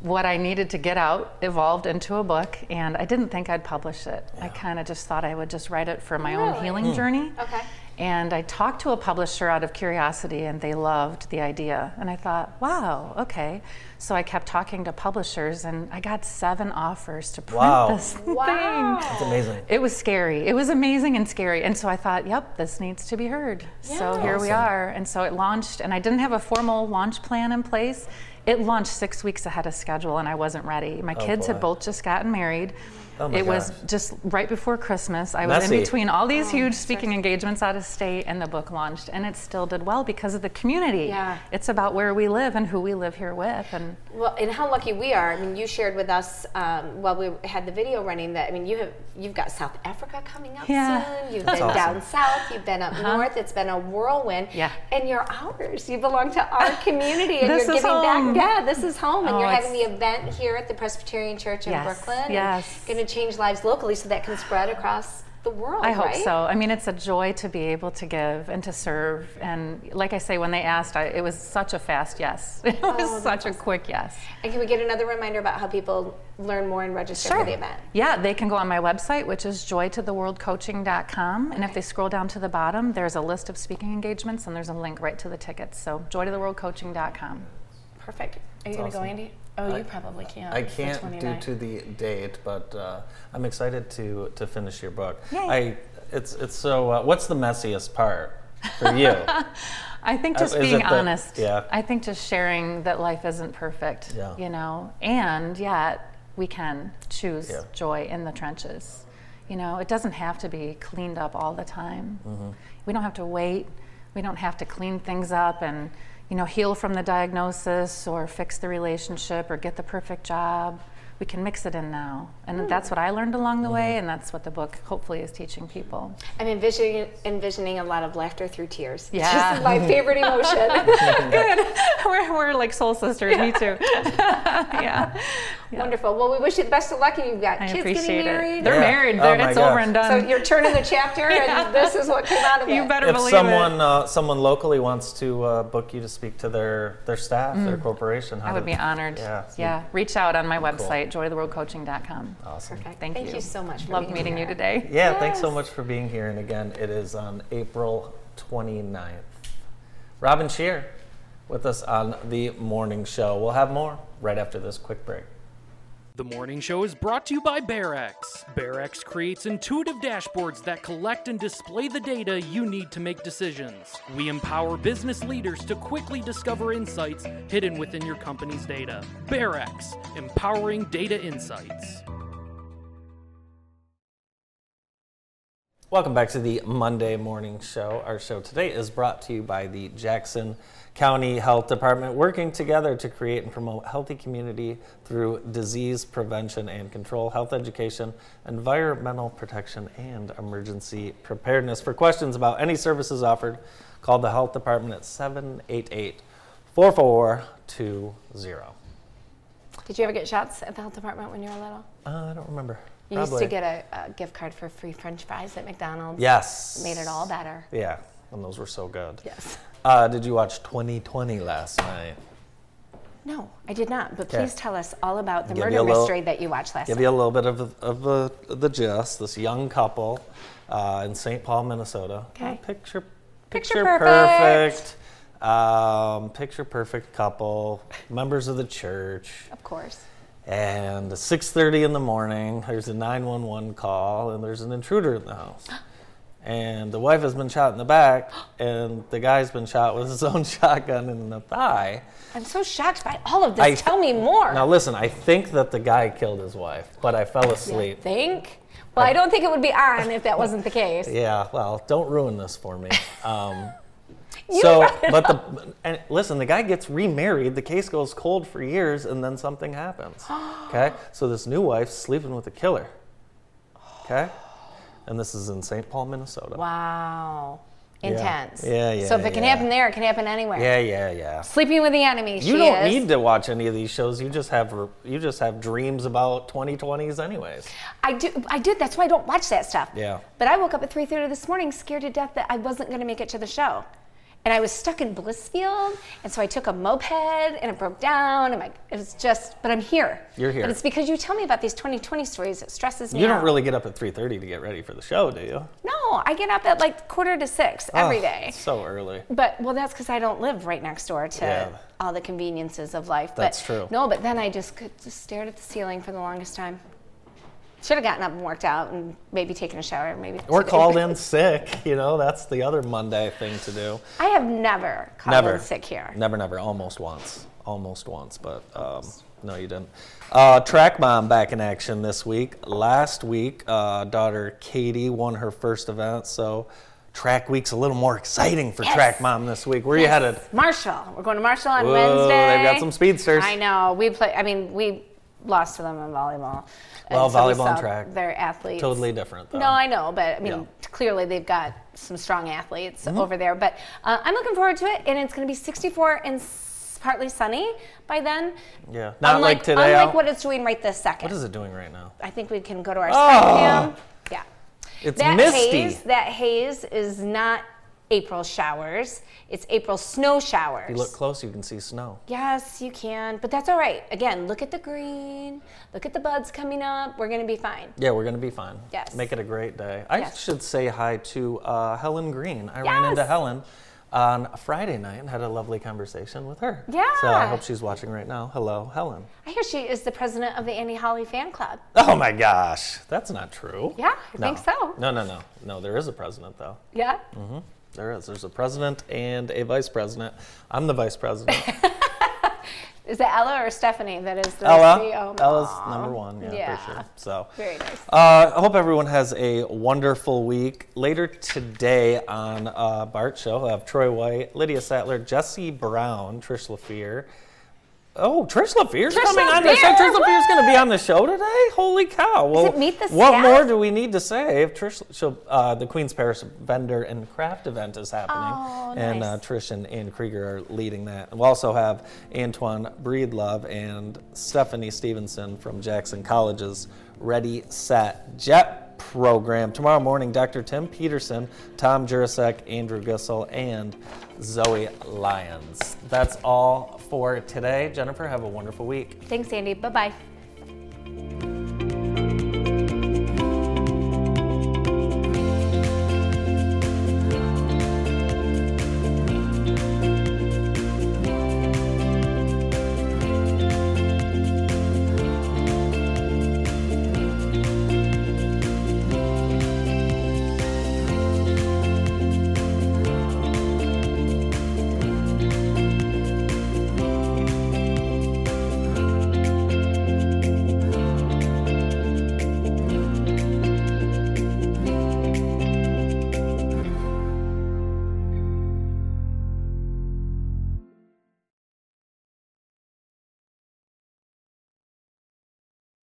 what I needed to get out evolved into a book, and I didn't think I'd publish it. I kind of just thought I would just write it for my own
Really?
healing
Hmm.
journey.
Okay.
And I talked to a publisher out of curiosity, and they loved the idea. And I thought, wow, okay. So I kept talking to publishers, and I got seven offers to print
Wow.
this
Wow.
thing.
It's amazing.
It was scary. It was amazing and scary. And so I thought, yep, this needs to be heard. So here we are. And so it launched, and I didn't have a formal launch plan in place. It launched six weeks ahead of schedule, and I wasn't ready. My kids
Oh, boy.
had both just gotten married.
Oh my
it was
gosh.
just right before Christmas. I was
Messy.
in between all these huge speaking engagements out of state, and the book launched, and it still did well because of the community.
Yeah.
It's about where we live and who we live here with. And
Well, and how lucky we are. I mean, you shared with us um, while we had the video running that I mean, you have you've got South Africa coming up
Yeah. Uh-huh.
soon. You've
That's
been
awesome.
down south. You've been up north. It's been a whirlwind.
Yeah.
And you're ours. You belong to our community, and
This
you're
is
giving
home.
back. Yeah, this is home, and
Oh,
you're having
it's-
the event here at the Presbyterian Church in
Yes,
Brooklyn.
yes.
Going to change lives locally, so that can spread across the world.
Oh,
I hope
right?
so. I mean, it's a joy to be able to give and to serve. And like I say, when they asked, I, it was such a fast yes. It
Oh,
was such a quick yes.
And can we get another reminder about how people learn more and register for the event?
Yeah, they can go on my website, which is joytotheworldcoaching.com. And if they scroll down to the bottom, there's a list of speaking engagements and there's a link right to the tickets. So joytotheworldcoaching.com.
Perfect. Are you gonna go, Andy? Oh, you probably can't.
I
It's the
can't due
29th.
to the date, but uh, I'm excited to to finish your book. I
Yay.
it's it's so. Uh, what's the messiest part for you?
I think
Uh,
just
is
being
it the-
honest.
yeah.
I think just sharing that life isn't perfect.
Yeah.
You know, and yet we can choose
Yeah.
joy in the trenches. You know, it doesn't have to be cleaned up all the time.
Mm-hmm.
We don't have to wait. We don't have to clean things up and you know heal from the diagnosis or fix the relationship or get the perfect job. We can mix it in now, and
Hmm.
that's what I learned along the
Mm-hmm.
way, and that's what the book hopefully is teaching people.
I'm envisioning envisioning a lot of laughter through tears. It's
Yeah.
just my favorite emotion.
we're, we're like soul sisters. Me too. yeah.
Wonderful. Well, we wish you the best of luck, and you've got
I
kids
appreciate
getting married.
it. They're
Yeah.
married.
Oh
They're,
my
it's over
gosh.
and
So
done.
you're turning the chapter, and this is what came out of it.
you better
if
believe
someone
it.
Uh, someone locally wants to uh, book you to speak to their their staff, their corporation, how
Mm. I would
do-
be honored.
Yeah,
yeah. Reach out on my website, joytheworldcoaching.com.
awesome.
Perfect.
Thank you.
so much. For
Loved
being
meeting
here.
you today.
Yeah, thanks so much for being here. And again, it is on April 29th. Robin Shear with us on the morning show. We'll have more right after this quick break.
The morning show is brought to you by BearX. BearX creates intuitive dashboards that collect and display the data you need to make decisions. We empower business leaders to quickly discover insights hidden within your company's data. BearX, empowering data insights.
Welcome back to the Monday Morning Show. Our show today is brought to you by the Jackson County Health Department, working together to create and promote healthy community through disease prevention and control, health education, environmental protection, and emergency preparedness. For questions about any services offered, call the Health Department at 788 4420.
Did Did you ever get shots at the health department when you were little?
Uh, I don't remember.
You used to get a, a gift card for free French fries at McDonald's.
Yes.
Made it all better.
Yeah, and those were so good.
Yes.
Uh, did you watch 2020 last night?
No, I did not. But
Okay.
please tell us all about the
Give you
murder
a little-
mystery that you watched last
Give
night.
you a little bit of the, of uh, the, the gist. This young couple uh, in St. Paul, Minnesota.
Okay.
Picture,
Picture
picture,
perfect.
perfect. Um, picture perfect couple, members of the church.
Of course.
And 6:30 in the morning, there's a 911 call, and there's an intruder in the house. And the wife has been shot in the back, and the guy's been shot with his own shotgun in the thigh.
I'm so shocked by all of this.
I-
tell me more.
Now listen, I think that the guy killed his wife, but I fell asleep.
Think? Well, I don't think it would be on if that wasn't the case.
Yeah, well, don't ruin this for me. Um,
You
so,
brought it
but the and listen, the guy gets remarried. The case goes cold for years, and then something happens. Okay, so this new wife's sleeping with a killer. Okay, and this is in St. Paul, Minnesota.
Wow. Uh, Intense.
Yeah, yeah,
So if it can
yeah.
happen there, it can happen anywhere.
Yeah, yeah, yeah.
Sleeping with the enemy.
You
she
don't
is.
need to watch any of these shows. You just have r- you just have dreams about 2020s, anyways.
I do. I do. That's why I don't watch that stuff.
Yeah.
But I woke up at 3:30 this morning, scared to death that I wasn't going to make it to the show, and I was stuck in Blissfield, and so I took a moped and it broke down. And my, it was just. But I'm here.
You're here.
But it's because you tell me about these 2020 stories that stresses me.
You
out.
don't really get up at 3:30 to get ready for the show, do you?
No, I get up at like quarter to six every day.
Ah, So early.
But well, that's because I don't live right next door to
Yeah.
all the conveniences of life.
That's
but,
true.
No, but then I just could just stared at the ceiling for the longest time. Should have gotten up and worked out and maybe taken a shower, maybe.
Or called in sick. You know, that's the other Monday thing to do.
I have never called
never
in sick here.
Never, never. Almost once. Almost once, but um, no, you didn't. Uh, track mom back in action this week. Last week, uh, daughter Katie won her first event, so track week's a little more exciting for track mom this week. Where you headed?
Marshall, we're going to Marshall on
Whoa,
Wednesday.
they've got some speedsters.
I know. We play. I mean, we lost to them in volleyball.
Well,
so we
volleyball and
saw
track,
They're athletes.
Totally different, though.
No, I know, but I mean,
Yeah. Mm-hmm.
clearly they've got some strong athletes over there. But uh, I'm looking forward to it, and it's going to be 64 and s- partly sunny by then.
Yeah, not
unlike,
like today.
Unlike
Al.
what it's doing right this second.
what is it doing right now?
I think we can go to our sky cam. Yeah.
It's
that
misty.
haze, that haze is not April showers. It's April snow showers.
You look close, you can see snow.
Yes, you can, but that's all right. Again, look at the green, look at the buds coming up. We're gonna be fine.
Yeah, we're gonna be fine.
Yes.
Make it a great day. I
Yes.
should say hi to uh, Helen Green. I ran into
Yes.
Helen on Friday night and had a lovely conversation with her. So
Yeah.
I hope she's watching right now. Hello, Helen.
I hear she is the president of the Annie Holly fan club.
Oh my gosh, that's not true.
Yeah, I
No.
think so.
No, no, no, no. There is a president though. Mm-hmm.
Yeah.
There is. There's a president and a vice president. I'm the vice president.
Is it Ella or Stephanie that is the
Ella.
CEO?
Ella's
Oh, Aw.
number one. Yeah,
Yeah.
for sure. So
Very nice.
Uh, I hope everyone has a wonderful week. Later today on uh, Bart Show, we'll have Troy White, Lydia Sattler, Jesse Brown, Trish LaFear. Oh, Trish LaFear's
Trish
coming on the show.
LaFear,
Trish LaFear's going to be
woo!
on the show today. Holy cow! Well,
it Meet the
what
Staff?
more do we need to say? If Trish, she'll, uh, the Queens Parish vendor and craft event is happening,
Oh,
and
nice.
uh, Trish and Ann Krieger are leading that. We'll also have Antoine Breedlove and Stephanie Stevenson from Jackson College's Ready, Set, Jet program. Tomorrow morning, Dr. Tim Peterson, Tom Jurasek, Andrew Gissel, and Zoe Lyons. That's all for today. Jennifer, have a wonderful week.
Thanks, Andy. Bye bye.